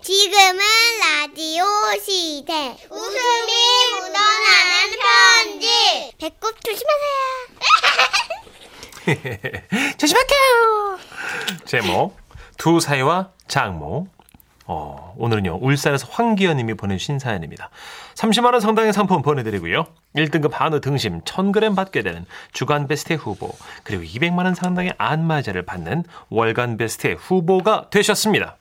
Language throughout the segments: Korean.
지금은 라디오 시대. 웃음이 묻어나는 편지. 배꼽 조심하세요. 조심할게요. 제목 두 사이와 장모. 어, 오늘은요 울산에서 황기현님이 보내주신 사연입니다. 30만 원 상당의 상품 보내드리고요. 1등급 한우 등심 1,000g 받게 되는 주간 베스트 후보 그리고 200만 원 상당의 안마자를 받는 월간 베스트 후보가 되셨습니다.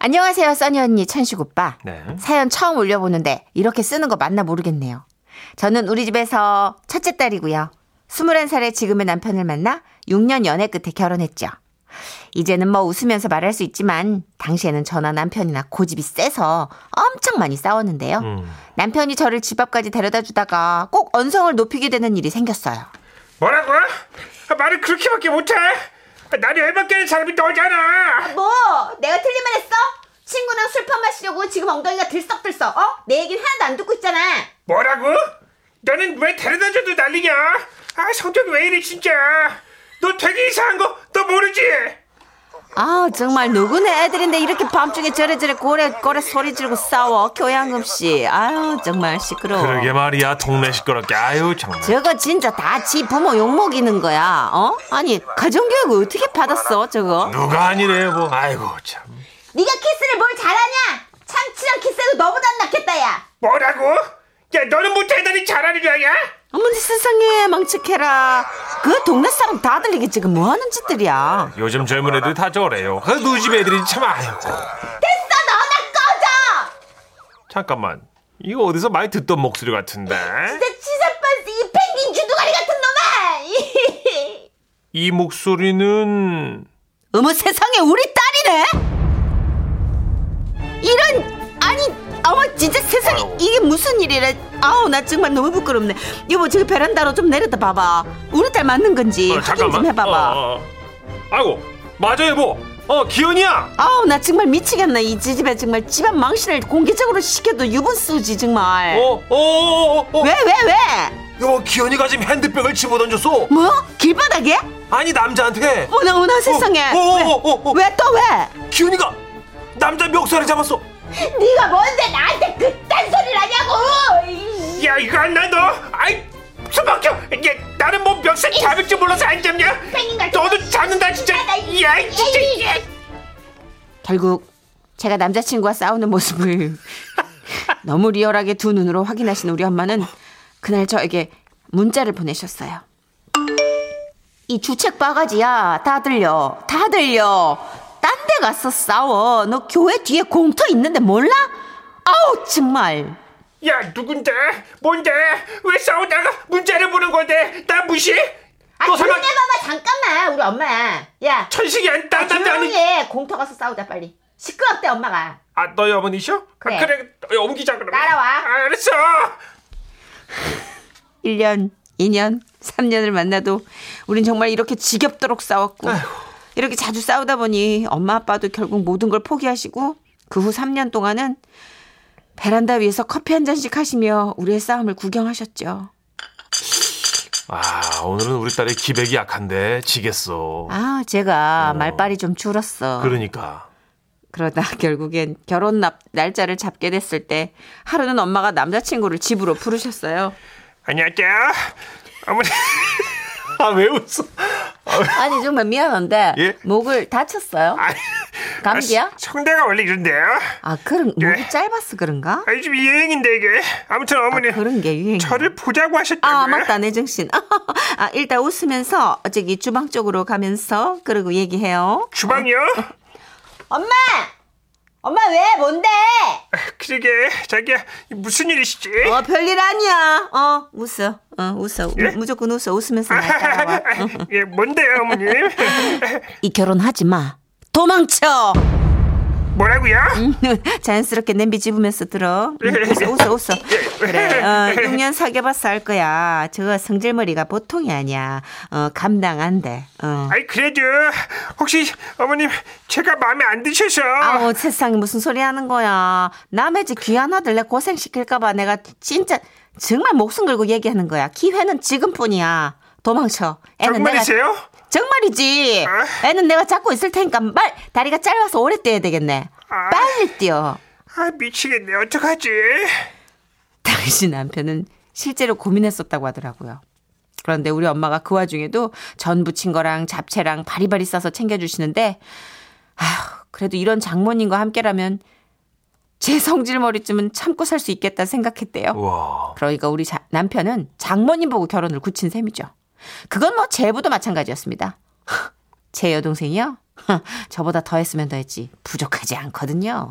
안녕하세요, 써니 언니, 천식 오빠. 네. 사연 처음 올려보는데 이렇게 쓰는 거 맞나 모르겠네요. 저는 우리 집에서 첫째 딸이고요. 21살에 지금의 남편을 만나 6년 연애 끝에 결혼했죠. 이제는 뭐 웃으면서 말할 수 있지만 당시에는 저나 남편이나 고집이 세서 엄청 많이 싸웠는데요. 음. 남편이 저를 집 앞까지 데려다 주다가 꼭 언성을 높이게 되는 일이 생겼어요. 뭐라고? 아, 말을 그렇게밖에 못해? 아, 나는 얼마까지 잘하면 너잖아. 뭐 내가 틀린 말 했어? 친구랑 술판 마시려고 지금 엉덩이가 들썩들썩 어? 내 얘기는 하나도 안 듣고 있잖아. 뭐라고? 너는 왜 데려다줘도 난리냐? 아 성격이 왜 이래 진짜? 너 되게 이상한 거 너 모르지? 아 정말 누구네 애들인데 이렇게 밤중에 저래저래 고래고래 소리 지르고 싸워 교양금 씨 아유 정말 시끄러워 그러게 말이야 동네 시끄럽게 아유 정말. 저거 진짜 다 지 부모 욕먹이는 거야 어? 아니 가정교육을 어떻게 받았어 저거 누가 아니래 뭐 아이고 참. 네가 키스를 뭘 잘하냐 참치랑 키스해도 너보다 안 낫겠다 야 뭐라고? 야 너는 못해 나는 잘하는 줄 아냐? 어머니 세상에 망측해라 그 동네 사람 다 들리게 지금 뭐하는 짓들이야 요즘 젊은 애들 다 저래요. 그 누집 애들이 참 아이고. 됐어 너나 꺼져 잠깐만 이거 어디서 많이 듣던 목소리 같은데 내 치사빤스 이 펭귄 주둥아리 같은 놈아 이 목소리는 어머 세상에 우리 딸이네 이런 아니 아우 진짜 세상에 아유. 이게 무슨 일이래 아우 나 정말 너무 부끄럽네 여보 저기 베란다로 좀 내렸다 봐봐 우리 딸 맞는 건지 어, 확인 좀 해봐봐 어, 어. 아이고 맞아 여보 어 기현이야 아우 나 정말 미치겠네 이 지집에 정말 집안 망신을 공개적으로 시켜도 유분수지 정말 어, 어어어어 어, 왜 왜 왜, 여보 기현이가 지금 핸드백을 집어 던졌어 뭐 길바닥에 아니 남자한테 어나 어나 세상에 어, 어, 어, 어, 어. 왜 또 왜? 기현이가 남자 멱살을 잡았어 네가 뭔데 나한테 그딴 소리를 하냐고! 야 이거 안 나 너? 아이 수박혀. 야 나는 뭐 멱살 잡을 줄 몰라서 안 잡냐? 너도 잡는다 진짜. 아, 야 진짜. 야. 결국 제가 남자친구와 싸우는 모습을 너무 리얼하게 두 눈으로 확인하신 우리 엄마는 그날 저에게 문자를 보내셨어요. 이 주책 바가지야 다 들려 다 들려 딴 데 가서 싸워 너 교회 뒤에 공터 있는데 몰라? 아우 정말 야 누군데? 뭔데? 왜 싸우다가 문자를 보는 건데? 나 무시? 아, 너 설마 봐봐 잠깐만 우리 엄마 야 천식이 안 따뜻한데 아니? 해 공터 가서 싸우자 빨리 시끄럽대 엄마가 아 너희 어머니셔? 그래. 아, 그래 어, 옮기자 그러면 따라와. 아, 알았어 1년, 2년, 3년을 만나도 우린 정말 이렇게 지겹도록 싸웠고 이렇게 자주 싸우다 보니 엄마 아빠도 결국 모든 걸 포기하시고 그 후 3년 동안은 베란다 위에서 커피 한 잔씩 하시며 우리의 싸움을 구경하셨죠. 아 오늘은 우리 딸의 기백이 약한데 지겠어 아, 제가 말빨이 좀 줄었어. 그러니까 그러다 결국엔 결혼 납- 날짜를 잡게 됐을 때 하루는 엄마가 남자친구를 집으로 부르셨어요. 안녕하세요 어머니 아 왜 웃어 아니, 정말 미안한데 예? 목을 다쳤어요? 아, 감기야? 아, 성대가 원래 이런데요 아, 그런 목이 네. 짧아서 그런가? 아, 요즘 유행인데 이게 아무튼 어머니 아, 그런 게 유행. 저를 보자고 하셨다고요? 아 맞다 내 정신. 아 일단 웃으면서 저기 주방 쪽으로 가면서 그러고 얘기해요. 주방이요? 어? 엄마, 엄마 왜 뭔데? 그러게 자기야 무슨 일이시지? 어 별일 아니야. 어 웃어. 어 웃어. 예? 무, 무조건 웃어. 웃으면서 나 따라와. 어. 예, 뭔데요 어머님? 이 결혼하지 마. 도망쳐. 뭐라고요? 자연스럽게 냄비 집으면서 들어. 음, 웃어 웃어 웃어. 그래. 어, 6년 사귀어봐서 알 거야. 저 성질머리가 보통이 아니야. 어 감당 안 돼. 어. 아이 그래도 혹시 어머님 제가 마음에 안 드셔서 아우 세상에 무슨 소리 하는 거야. 남의 집 귀한 아들 내 고생시킬까봐 내가 진짜 정말 목숨 걸고 얘기하는 거야. 기회는 지금뿐이야. 도망쳐. 애는 정말이세요? 내가 정말이지. 아. 애는 내가 잡고 있을 테니까 말 다리가 짧아서 오래 떼야 되겠네. 빨리 뛰어. 아 미치겠네 어떡하지 당신 남편은 실제로 고민했었다고 하더라고요. 그런데 우리 엄마가 그 와중에도 전 부친 거랑 잡채랑 바리바리 싸서 챙겨주시는데, 아휴, 그래도 이런 장모님과 함께라면 제 성질머리쯤은 참고 살 수 있겠다 생각했대요. 우와. 그러니까 우리 자- 남편은 장모님 보고 결혼을 굳힌 셈이죠. 그건 뭐 제부도 마찬가지였습니다. 제 여동생이요? 저보다 더 했으면 더 했지. 부족하지 않거든요.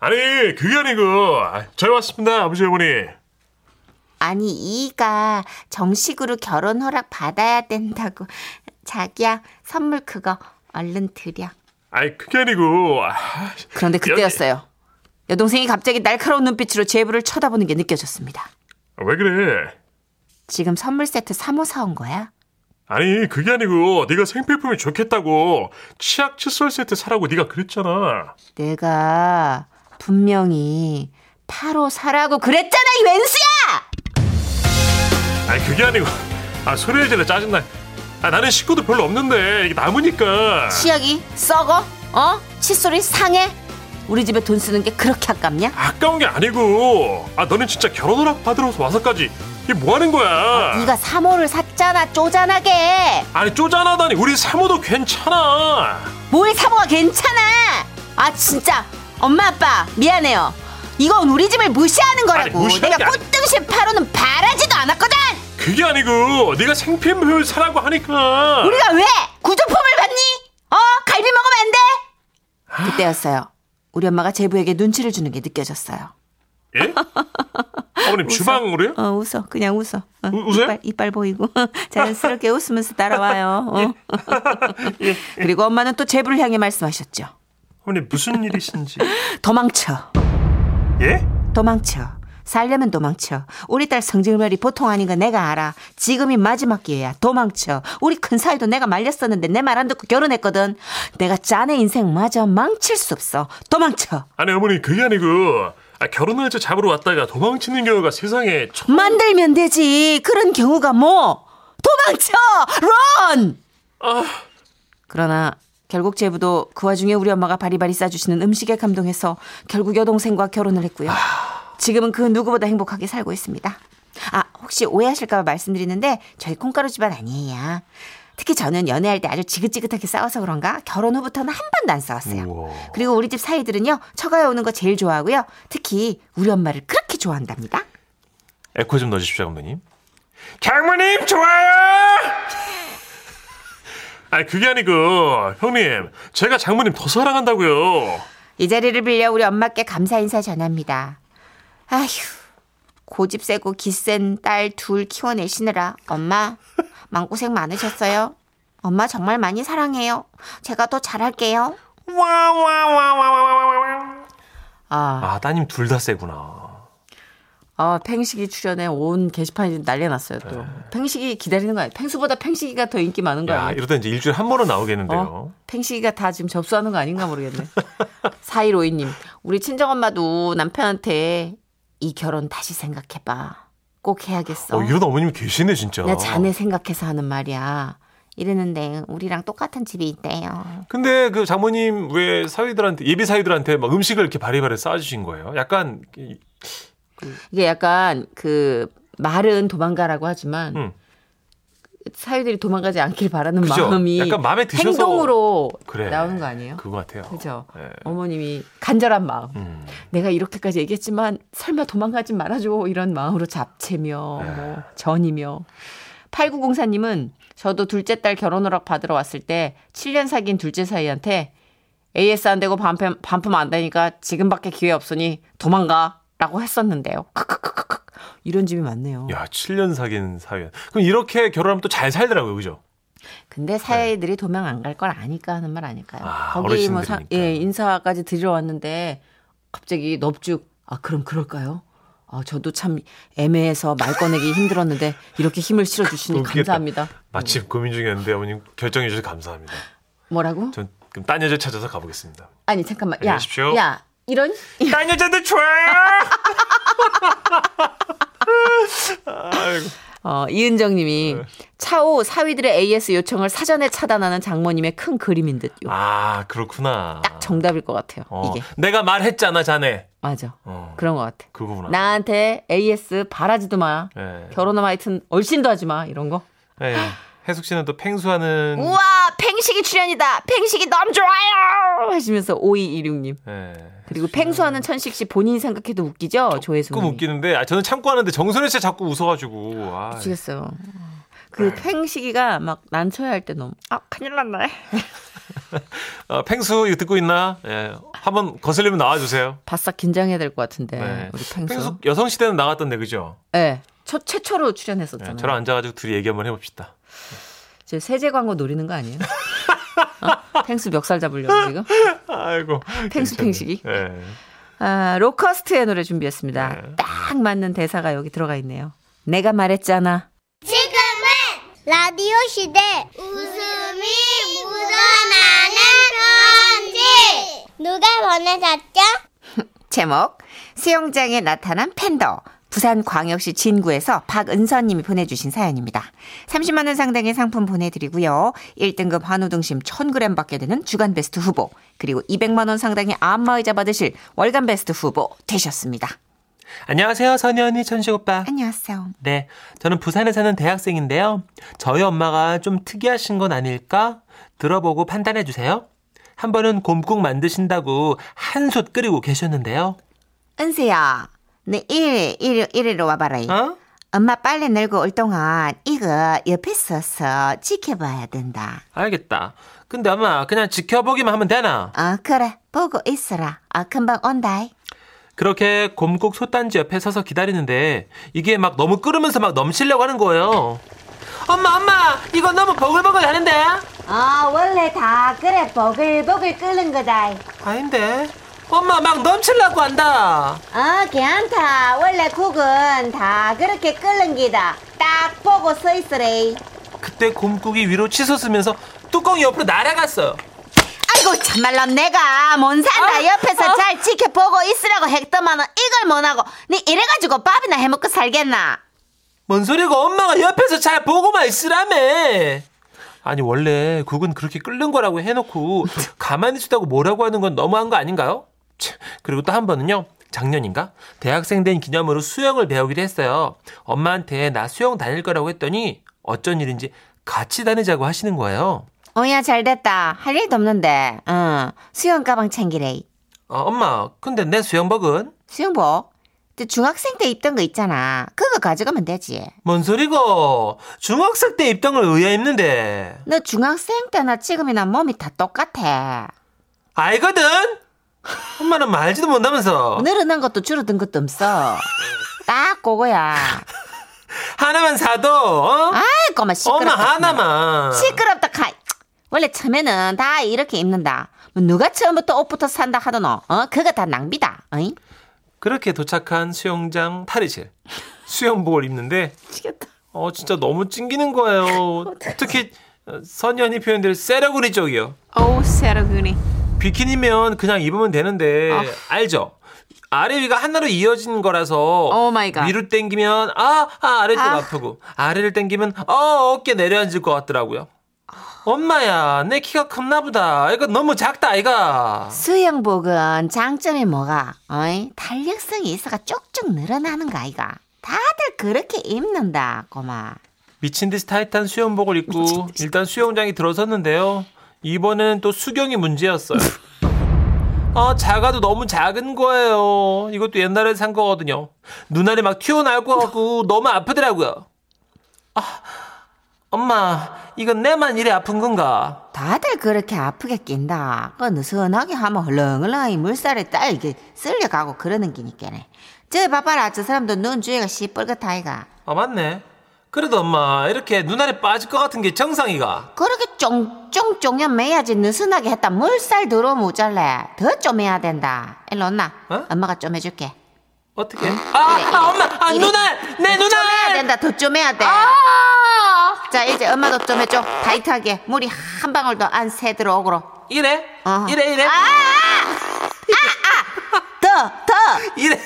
아니 그게 아니고 아, 잘 왔습니다 아버지 어머니. 아니 이가 정식으로 결혼 허락 받아야 된다고 자기야 선물 그거 얼른 드려 아니 그게 아니고 아, 그런데 그때였어요 여동생이 갑자기 날카로운 눈빛으로 제부를 쳐다보는 게 느껴졌습니다 왜 그래? 지금 선물 세트 3호 사온 거야? 아니 그게 아니고 네가 생필품이 좋겠다고 치약 칫솔 세트 사라고 네가 그랬잖아. 내가 분명히 8호 사라고 그랬잖아 이 웬수야 아니 그게 아니고 아 소리를 질러 짜증나. 아 나는 식구도 별로 없는데 이게 남으니까. 치약이 썩어? 어? 칫솔이 상해? 우리 집에 돈 쓰는 게 그렇게 아깝냐? 아까운 게 아니고 아 너는 진짜 결혼 허락 받으러 와서까지 이게 뭐 하는 거야? 네가 3호를 샀잖아 쪼잔하게 아니 쪼잔하다니 우리 사모도 괜찮아. 뭘 사모가 괜찮아. 아 진짜 엄마 아빠 미안해요. 이건 우리 집을 무시하는 거라고. 아니, 무시하는 게 내가 아니- 아. 꽃등심 파로는 바라지도 않았거든. 그게 아니고 네가 생필품을 사라고 하니까. 우리가 왜 구조품을 받니? 어 갈비 먹으면 안 돼? 그때였어요. 우리 엄마가 제부에게 눈치를 주는 게 느껴졌어요. 예? 어머님 주방으로요? 어 웃어 그냥 웃어. 어, 우- 웃어요? 이빨, 이빨 보이고 자연스럽게 웃으면서 따라와요. 어. 예. 그리고 엄마는 또 제부를 향해 말씀하셨죠. 어머님 무슨 일이신지. 도망쳐. 예? 도망쳐. 살려면 도망쳐. 우리 딸 성질머리 보통 아닌 거 내가 알아. 지금이 마지막 기회야. 도망쳐. 우리 큰 사이도 내가 말렸었는데 내 말 안 듣고 결혼했거든. 내가 짠의 인생 마저 망칠 수 없어. 도망쳐. 아니 어머니 그게 아니고 아, 결혼할지 잡으러 왔다가 도망치는 경우가 세상에 처... 만들면 되지. 그런 경우가 뭐. 도망쳐. 런. 아. 그러나 결국 제부도 그 와중에 우리 엄마가 바리바리 싸주시는 음식에 감동해서 결국 여동생과 결혼을 했고요. 아. 지금은 그 누구보다 행복하게 살고 있습니다. 아 혹시 오해하실까봐 말씀드리는데 저희 콩가루 집안 아니에요. 특히 저는 연애할 때 아주 지긋지긋하게 싸워서 그런가 결혼 후부터는 한 번도 안 싸웠어요. 우와. 그리고 우리 집 사이들은요 처가에 오는 거 제일 좋아하고요. 특히 우리 엄마를 그렇게 좋아한답니다. 에코 좀 넣어주십시오 감독님. 장모님 좋아요 아니 그게 아니고 형님 제가 장모님 더 사랑한다고요. 이 자리를 빌려 우리 엄마께 감사 인사 전합니다. 아휴, 고집 세고 기센 딸 둘 키워내시느라 엄마 마음고생 많으셨어요. 엄마 정말 많이 사랑해요. 제가 더 잘할게요. 와와와와와와와 아, 아 따님 둘 다 세구나. 아 팽식이 출연에 온 게시판이 지금 난리 났어요. 또 팽식이 기다리는 거 아니에요? 팽수보다 팽식이가 더 인기 많은 거 야 아니에요? 이러다 이제 일주일에 한 번은 네. 어? 나오겠는데요. 팽식이가 다 지금 접수하는 거 아닌가 모르겠네. 4152님, 우리 친정엄마도 남편한테 이 결혼 다시 생각해봐. 꼭 해야겠어. 어, 이러다 어머님 계시네 진짜. 나 자네 생각해서 하는 말이야. 이랬는데 우리랑 똑같은 집이 있대요. 근데 그 장모님 왜 사위들한테 예비 사위들한테 막 음식을 이렇게 바리바리 싸주신 거예요? 약간 이- 이게 약간 그 말은 도망가라고 하지만 음. 사유들이 도망가지 않길 바라는 그죠? 마음이 약간 마음에 드셔서 행동으로 그래. 나오는 거 아니에요? 그거 같아요. 그죠? 예. 어머님이 간절한 마음. 음. 내가 이렇게까지 얘기했지만 설마 도망가지 말아줘 이런 마음으로 잡채며 뭐 전이며 8904님은 저도 둘째 딸 결혼 허락 받으러 왔을 때 7년 사귄 둘째 사이한테 AS 안 되고 반품, 반품 안 되니까 지금밖에 기회 없으니 도망가 라고 했었는데요. 크크크크크 이런 집이 많네요. 야, 7년 사귄 사연. 그럼 이렇게 결혼하면 또 잘 살더라고요, 그죠? 근데 사회들이 도망 안 갈 걸 아니까 하는 말 아닐까요? 네. 아, 거기 뭐 사, 어르신들이니까. 예, 인사까지 드리러 왔는데 갑자기 넙죽 아 그럼 그럴까요? 아 저도 참 애매해서 말 꺼내기 힘들었는데 이렇게 힘을 실어 주시니 웃기겠다. 감사합니다. 마침 고민 중이었는데 어머님 결정해 주셔서 감사합니다. 뭐라고? 전 그럼 딴 여자 찾아서 가보겠습니다. 아니 잠깐만 야, 안녕하십시오. 야 이런 딴 여자도 좋아요 아이고. 어, 어, 이은정님이 네. 차오 사위들의 AS 요청을 사전에 차단하는 장모님의 큰 그림인 듯. 요 아 그렇구나. 딱 정답일 것 같아요. 어, 이게 내가 말했잖아 자네. 맞아. 어, 그런 것 같아. 그거구나. 나한테 AS 바라지도 마. 예. 네. 결혼은 하여튼 얼씬도 하지 마. 이런 거. 예. 해숙 씨는 또 팽수하는. 음. 우와 팽식이 출연이다. 팽식이 너무 좋아요. 하시면서 5216님. 예. 그리고 팽수하는 천식 씨 본인이 생각해도 웃기죠? 아. 조혜수 조금 님이. 웃기는데 아, 저는 참고 하는데 정선혜 씨 자꾸 웃어가지고. 아, 미치겠어요. 그 팽식이가 막 난처해 할 때 너무 아 큰일 났네. 어, 팽수 이거 듣고 있나? 예. 한번 거슬리면 나와주세요. 바싹 긴장해야 될 것 같은데 예. 네, 우리 팽수. 팽수 여성 시대는 나갔던데 그죠? 네. 첫 최초로 예, 출연했었잖아요. 저랑 앉아가지고 둘이 얘기 한번 해봅시다. 제 세제 광고 노리는 거 아니에요? 어? 팽수 멱살 잡으려고 지금. 아이고. 괜찮네. 팽수, 팽식이? 예. 아, 로커스트의 노래 준비했습니다. 딱 맞는 대사가 여기 들어가 있네요. 내가 말했잖아. 지금은 라디오 시대 웃음이 묻어나는 편지 누가 보내셨죠? 제목 수영장에 나타난 팬더 부산 광역시 진구에서 박은서님이 보내주신 사연입니다. 30만 원 상당의 상품 보내드리고요. 1등급 한우 등심 1,000g 받게 되는 주간 베스트 후보 그리고 200만 원 상당의 안마의자 받으실 월간 베스트 후보 되셨습니다. 안녕하세요 선희 언니 천식 오빠. 안녕하세요. 네, 저는 부산에 사는 대학생인데요. 저희 엄마가 좀 특이하신 건 아닐까? 들어보고 판단해 주세요. 한 번은 곰국 만드신다고 한솥 끓이고 계셨는데요. 은세야, 네, 너 이리 이리 이리로 와봐라. 어? 엄마 빨래 늙고 올 동안 이거 옆에 서서 지켜봐야 된다. 알겠다. 근데 엄마 그냥 지켜보기만 하면 되나? 어 그래 보고 있어라. 어 금방 온다. 그렇게 곰국 솥단지 옆에 서서 기다리는데 이게 막 너무 끓으면서 막 넘치려고 하는 거예요. 엄마 엄마 이거 너무 버글버글 하는데? 아 원래 다 그래 보글보글 끓는 거다 아닌데. 엄마 막 넘치려고 한다. 아 괜찮다 원래 국은 다 그렇게 끓는 기다 딱 보고 서 있으래 그때 곰국이 위로 치솟으면서 뚜껑이 옆으로 날아갔어요. 아이고 참말로 내가 몬산다 옆에서 잘 지켜보고 있으라고 했더만은 이걸 못하고 네 이래가지고 밥이나 해먹고 살겠나 뭔 소리고 엄마가 옆에서 잘 보고만 있으라며. 아니 원래 국은 그렇게 끓는 거라고 해놓고 가만히 있다고 뭐라고 하는 건 너무한 거 아닌가요? 참, 그리고 또 한 번은요. 작년인가 대학생 된 기념으로 수영을 배우기로 했어요. 엄마한테 나 수영 다닐 거라고 했더니 어쩐 일인지 같이 다니자고 하시는 거예요. 어야 잘됐다 할 일도 없는데 응 수영 가방 챙기래 어, 엄마 근데 내 수영복은 수영복 그 중학생 때 입던 거 있잖아 그거 가져가면 되지 뭔 소리고 중학생 때 입던 걸 의아 입는데 너 중학생 때나 지금이나 몸이 다 똑같아 알거든. 엄마는 말지도 못하면서 늘어난 것도 줄어든 것도 없어. 딱 그거야. 하나만 사도 어? 아이, 꼬마 엄마 시끄럽다. 하나만. 시끄럽다, 카이. 원래 처음에는 다 이렇게 입는다. 뭐 누가 처음부터 옷부터 산다 하더노. 어, 그거 다 낭비다. 어잉? 그렇게 도착한 수영장 탈의실. 수영복을 입는데 미치겠다. 어 진짜 너무 찡기는 거예요. 특히 어, 선연이 표현들 세러구리 쪽이요. 어우 세라그니. 비키니면 그냥 입으면 되는데 아. 알죠? 아래 위가 하나로 이어진 거라서 오 마이 갓. 위로 당기면 아, 아 아래쪽 아. 아. 프고 아래를 당기면 어 어깨 내려앉을 것 같더라고요. 엄마야 내 키가 컸나 보다. 이거 너무 작다 이가. 수영복은 장점이 뭐가? 어잉? 탄력성이 있어가 쭉쭉 늘어나는 거 아이가. 다들 그렇게 입는다, 꼬마. 미친 듯이 타이트한 수영복을 입고 일단 수영장에 들어섰는데요. 이번에는 또 수경이 문제였어요. 아, 작아도 너무 작은 거예요. 이것도 옛날에 산 거거든요. 눈알이 막 튀어나올 것 같고 너무 아프더라고요. 아, 엄마, 이건 내만 이래 아픈 건가? 다들 그렇게 아프게 낀다. 그 느슨하게 하면 헐렁헐렁하게 물살에 딱 이게 쓸려가고 그러는 기니까네. 저 봐봐라. 저 사람도 눈 주위가 시뻘겋다이가. 아, 맞네. 그래도 엄마, 이렇게 눈알이 빠질 것 같은 게 정상이가. 그렇게 쫑쫑쫑년 매야지 느슨하게 했다. 물살 들어 모자래. 더 좀 해야 된다. 일로 온나. 어? 엄마가 좀 해줄게. 어떻게? 아, 아, 엄마, 아, 눈알! 내좀 해야 아! 눈알! 된다. 더 좀 해야 돼. 자 이제 엄마도 좀 해줘. 타이트하게 물이 한 방울도 안 새 들어오고로. 이래? 어. 이래, 이래? 더 더. 아! 이래.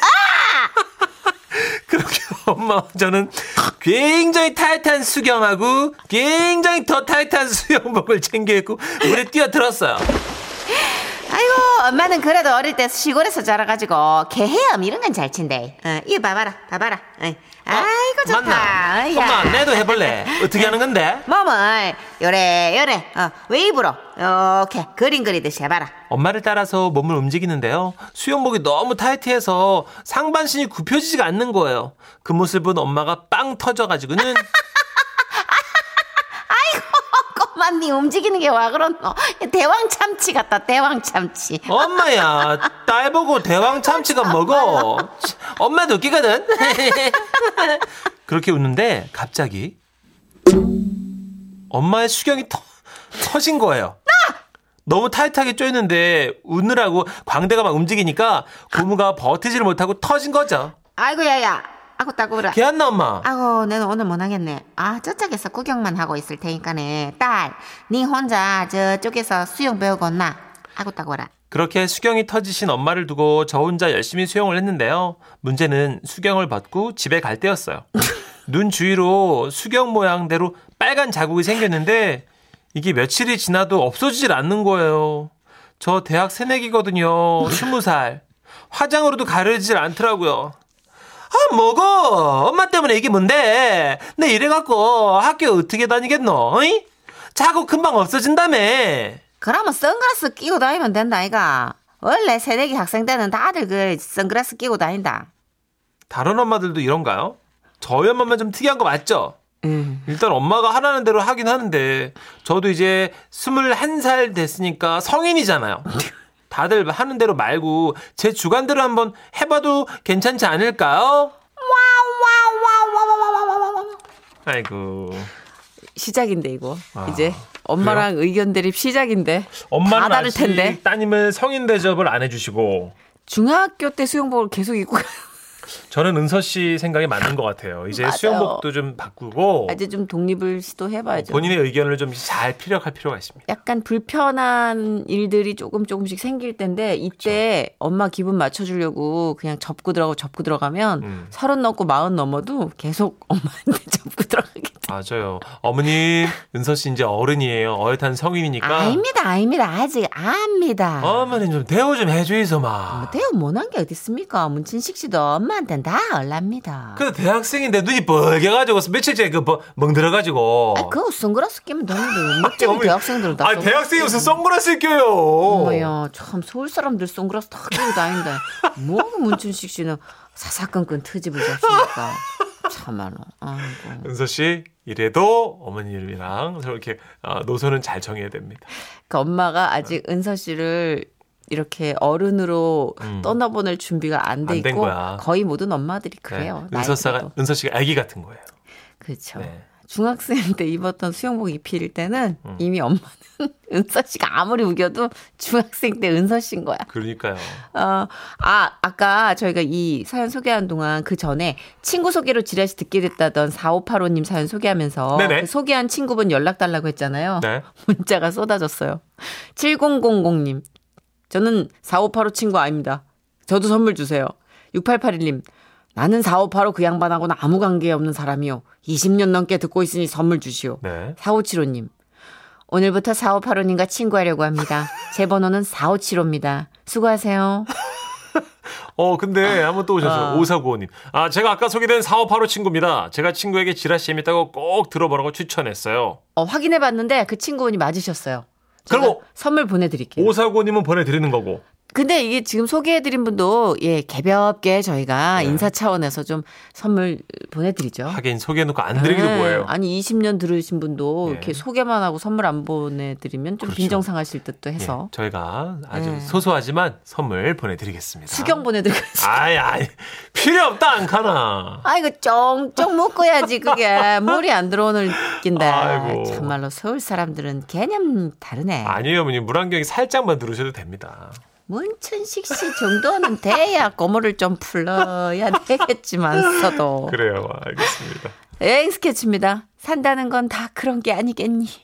그렇게 엄마와 저는 굉장히 타이트한 수경하고 굉장히 더 타이트한 수영복을 챙겨 입고 물에 뛰어들었어요. 아이고 엄마는 그래도 어릴 때 시골에서 자라가지고 개헤엄 이런 건 잘 친대. 어, 이거 봐봐라 봐봐라. 어. 아이고 좋다. 맞나? 어이야. 엄마 내도 해볼래. 어떻게 하는 건데? 몸을 요래 요래 어, 웨이브로 이렇게 그림 그리듯이 해봐라. 엄마를 따라서 몸을 움직이는데요. 수영복이 너무 타이트해서 상반신이 굽혀지지가 않는 거예요. 그 모습은 엄마가 빵 터져가지고는 꼬마니 움직이는 게 와 그런노 대왕 참치 같다 대왕 참치. 엄마야 딸 보고 대왕 참치가 먹어 엄마도 웃기거든 그렇게 웃는데 갑자기 엄마의 수경이 터, 터진 거예요 너무 타이트하게 쪼였는데 웃느라고 광대가 막 움직이니까 고무가 버티지를 못하고 터진 거죠 아이고 야야 아고 따구라. 개안나 엄마 아고 내는 오늘 못하겠네. 아 저쪽에서 구경만 하고 있을 테니까네 딸네 혼자 저쪽에서 수영 배우고 나 아고 따구라. 그렇게 수경이 터지신 엄마를 두고 저 혼자 열심히 수영을 했는데요. 문제는 수경을 벗고 집에 갈 때였어요. 눈 주위로 수경 모양대로 빨간 자국이 생겼는데 이게 며칠이 지나도 없어지질 않는 거예요. 저 대학 새내기거든요. 스무 살. 화장으로도 가려지질 않더라고요. 아, 뭐고? 엄마 때문에 이게 뭔데? 내 이래갖고 학교 어떻게 다니겠노? 어이? 자국 금방 없어진다며. 그러면 선글라스 끼고 다니면 된다 아이가. 원래 새내기 학생 때는 다들 그 선글라스 끼고 다닌다. 다른 엄마들도 이런가요? 저희 엄마만 좀 특이한 거 맞죠? 일단 엄마가 하라는 대로 하긴 하는데 저도 이제 21살 됐으니까 성인이잖아요. 다들 하는 대로 말고 제 주관대로 한번 해봐도 괜찮지 않을까요? 아이고 시작인데 이거 아, 이제 엄마랑 의견 대립 시작인데 다 엄마는 다를 아직 텐데 따님은 성인 대접을 안 해주시고 중학교 때 수영복을 계속 입고 저는 은서 씨 생각이 맞는 것 같아요. 이제 맞아요. 수영복도 좀 바꾸고 아직 좀 독립을 시도해봐야죠. 본인의 의견을 좀 잘 피력할 필요가 있습니다. 약간 불편한 일들이 조금 조금씩 생길 텐데 이때 엄마 기분 맞춰주려고 그냥 접고 들어가고 접고 들어가면 음. 서른 넘고 마흔 넘어도 계속 엄마한테 접고 들어가게 맞아요. 어머님, 은서 씨 이제 어른이에요. 어엿한 성인이니까. 아닙니다 아닙니다 아직 압니다. 그러니까. 어머님 좀 대우 좀 해주이소 뭐 마. 대우 못한 게 어디 있습니까? 문진식 씨도 엄마한테는 다 얼랍니다. 그 대학생인데 눈이 벌게가지고 며칠째 그 뭐- 멍들어가지고. 아, 그거 선글라스 끼면 되는데 멋지고 어머니. 대학생들은 다 아니, 대학생이 무슨 선글라스 껴요. 뭐야 참 서울 사람들 선글라스 다 끼고 다닌다 뭐그 문춘식 씨는 사사건건 트집을 잡습니까 참말로 아이고 은서 씨 이래도 어머님이랑 서로 이렇게 아, 노선은 잘 정해야 됩니다. 네. 그 엄마가 아직 은서 씨를 이렇게 어른으로 음. 떠나보낼 준비가 안 돼 안된 있고 거야. 거의 모든 엄마들이 네. 그래요 은서 씨가 은서 씨가 아기 같은 거예요. 그렇죠 네. 중학생 때 입었던 수영복 입힐 때는 음. 이미 엄마는 은서 씨가 아무리 우겨도 중학생 때 은서 씨인 거야 그러니까요. 어, 아, 아까 저희가 이 사연 소개한 동안 그 전에 친구 소개로 지라시 듣게 됐다던 4585님 사연 소개하면서 네네. 그 소개한 친구분 연락 달라고 했잖아요. 네. 문자가 쏟아졌어요. 7000님. 저는 4585 친구 아닙니다. 저도 선물 주세요. 6881님. 나는 4585 그 양반하고는 아무 관계 없는 사람이요. 20년 넘게 듣고 있으니 선물 주시오. 네. 4575님. 오늘부터 4585님과 친구하려고 합니다. 제 번호는 4575입니다. 수고하세요. 어, 근데 한번 또 오셨어요. 어. 5495님. 아, 제가 아까 소개된 4585 친구입니다. 제가 친구에게 지라시 재밌다고 꼭 들어보라고 추천했어요. 어, 확인해 봤는데 그 친구분이 맞으셨어요. 제가 그리고 선물 보내드릴게요. 5495님은 보내드리는 거고. 근데 이게 지금 소개해드린 분도 예 개볍게 저희가 네. 인사 차원에서 좀 선물 보내드리죠. 하긴 소개해놓고 안 드리기도 아. 네. 뭐예요. 아니 20년 들으신 분도 예. 이렇게 소개만 하고 선물 안 보내드리면 좀 그렇죠. 빈정상하실 듯도 해서 예, 저희가 아주 네. 소소하지만 선물 보내드리겠습니다. 수경 보내드릴까요? 예. 아이, 아이. 필요 없다, 안 가나. 아이고 쫑쫑 묶어야지 그게 물이 안 들어오는 낀데 아이고. 참말로 서울 사람들은 개념 다르네. 아니에요, 어머님. 물안경이 살짝만 들으셔도 됩니다. 문천식 씨 정도는 돼야 고무를 좀 풀러야 되겠지만서도 어. 그 그래요, 알겠습니다. 여행 스케치입니다. 산다는 건 다 그런 게 아니겠니?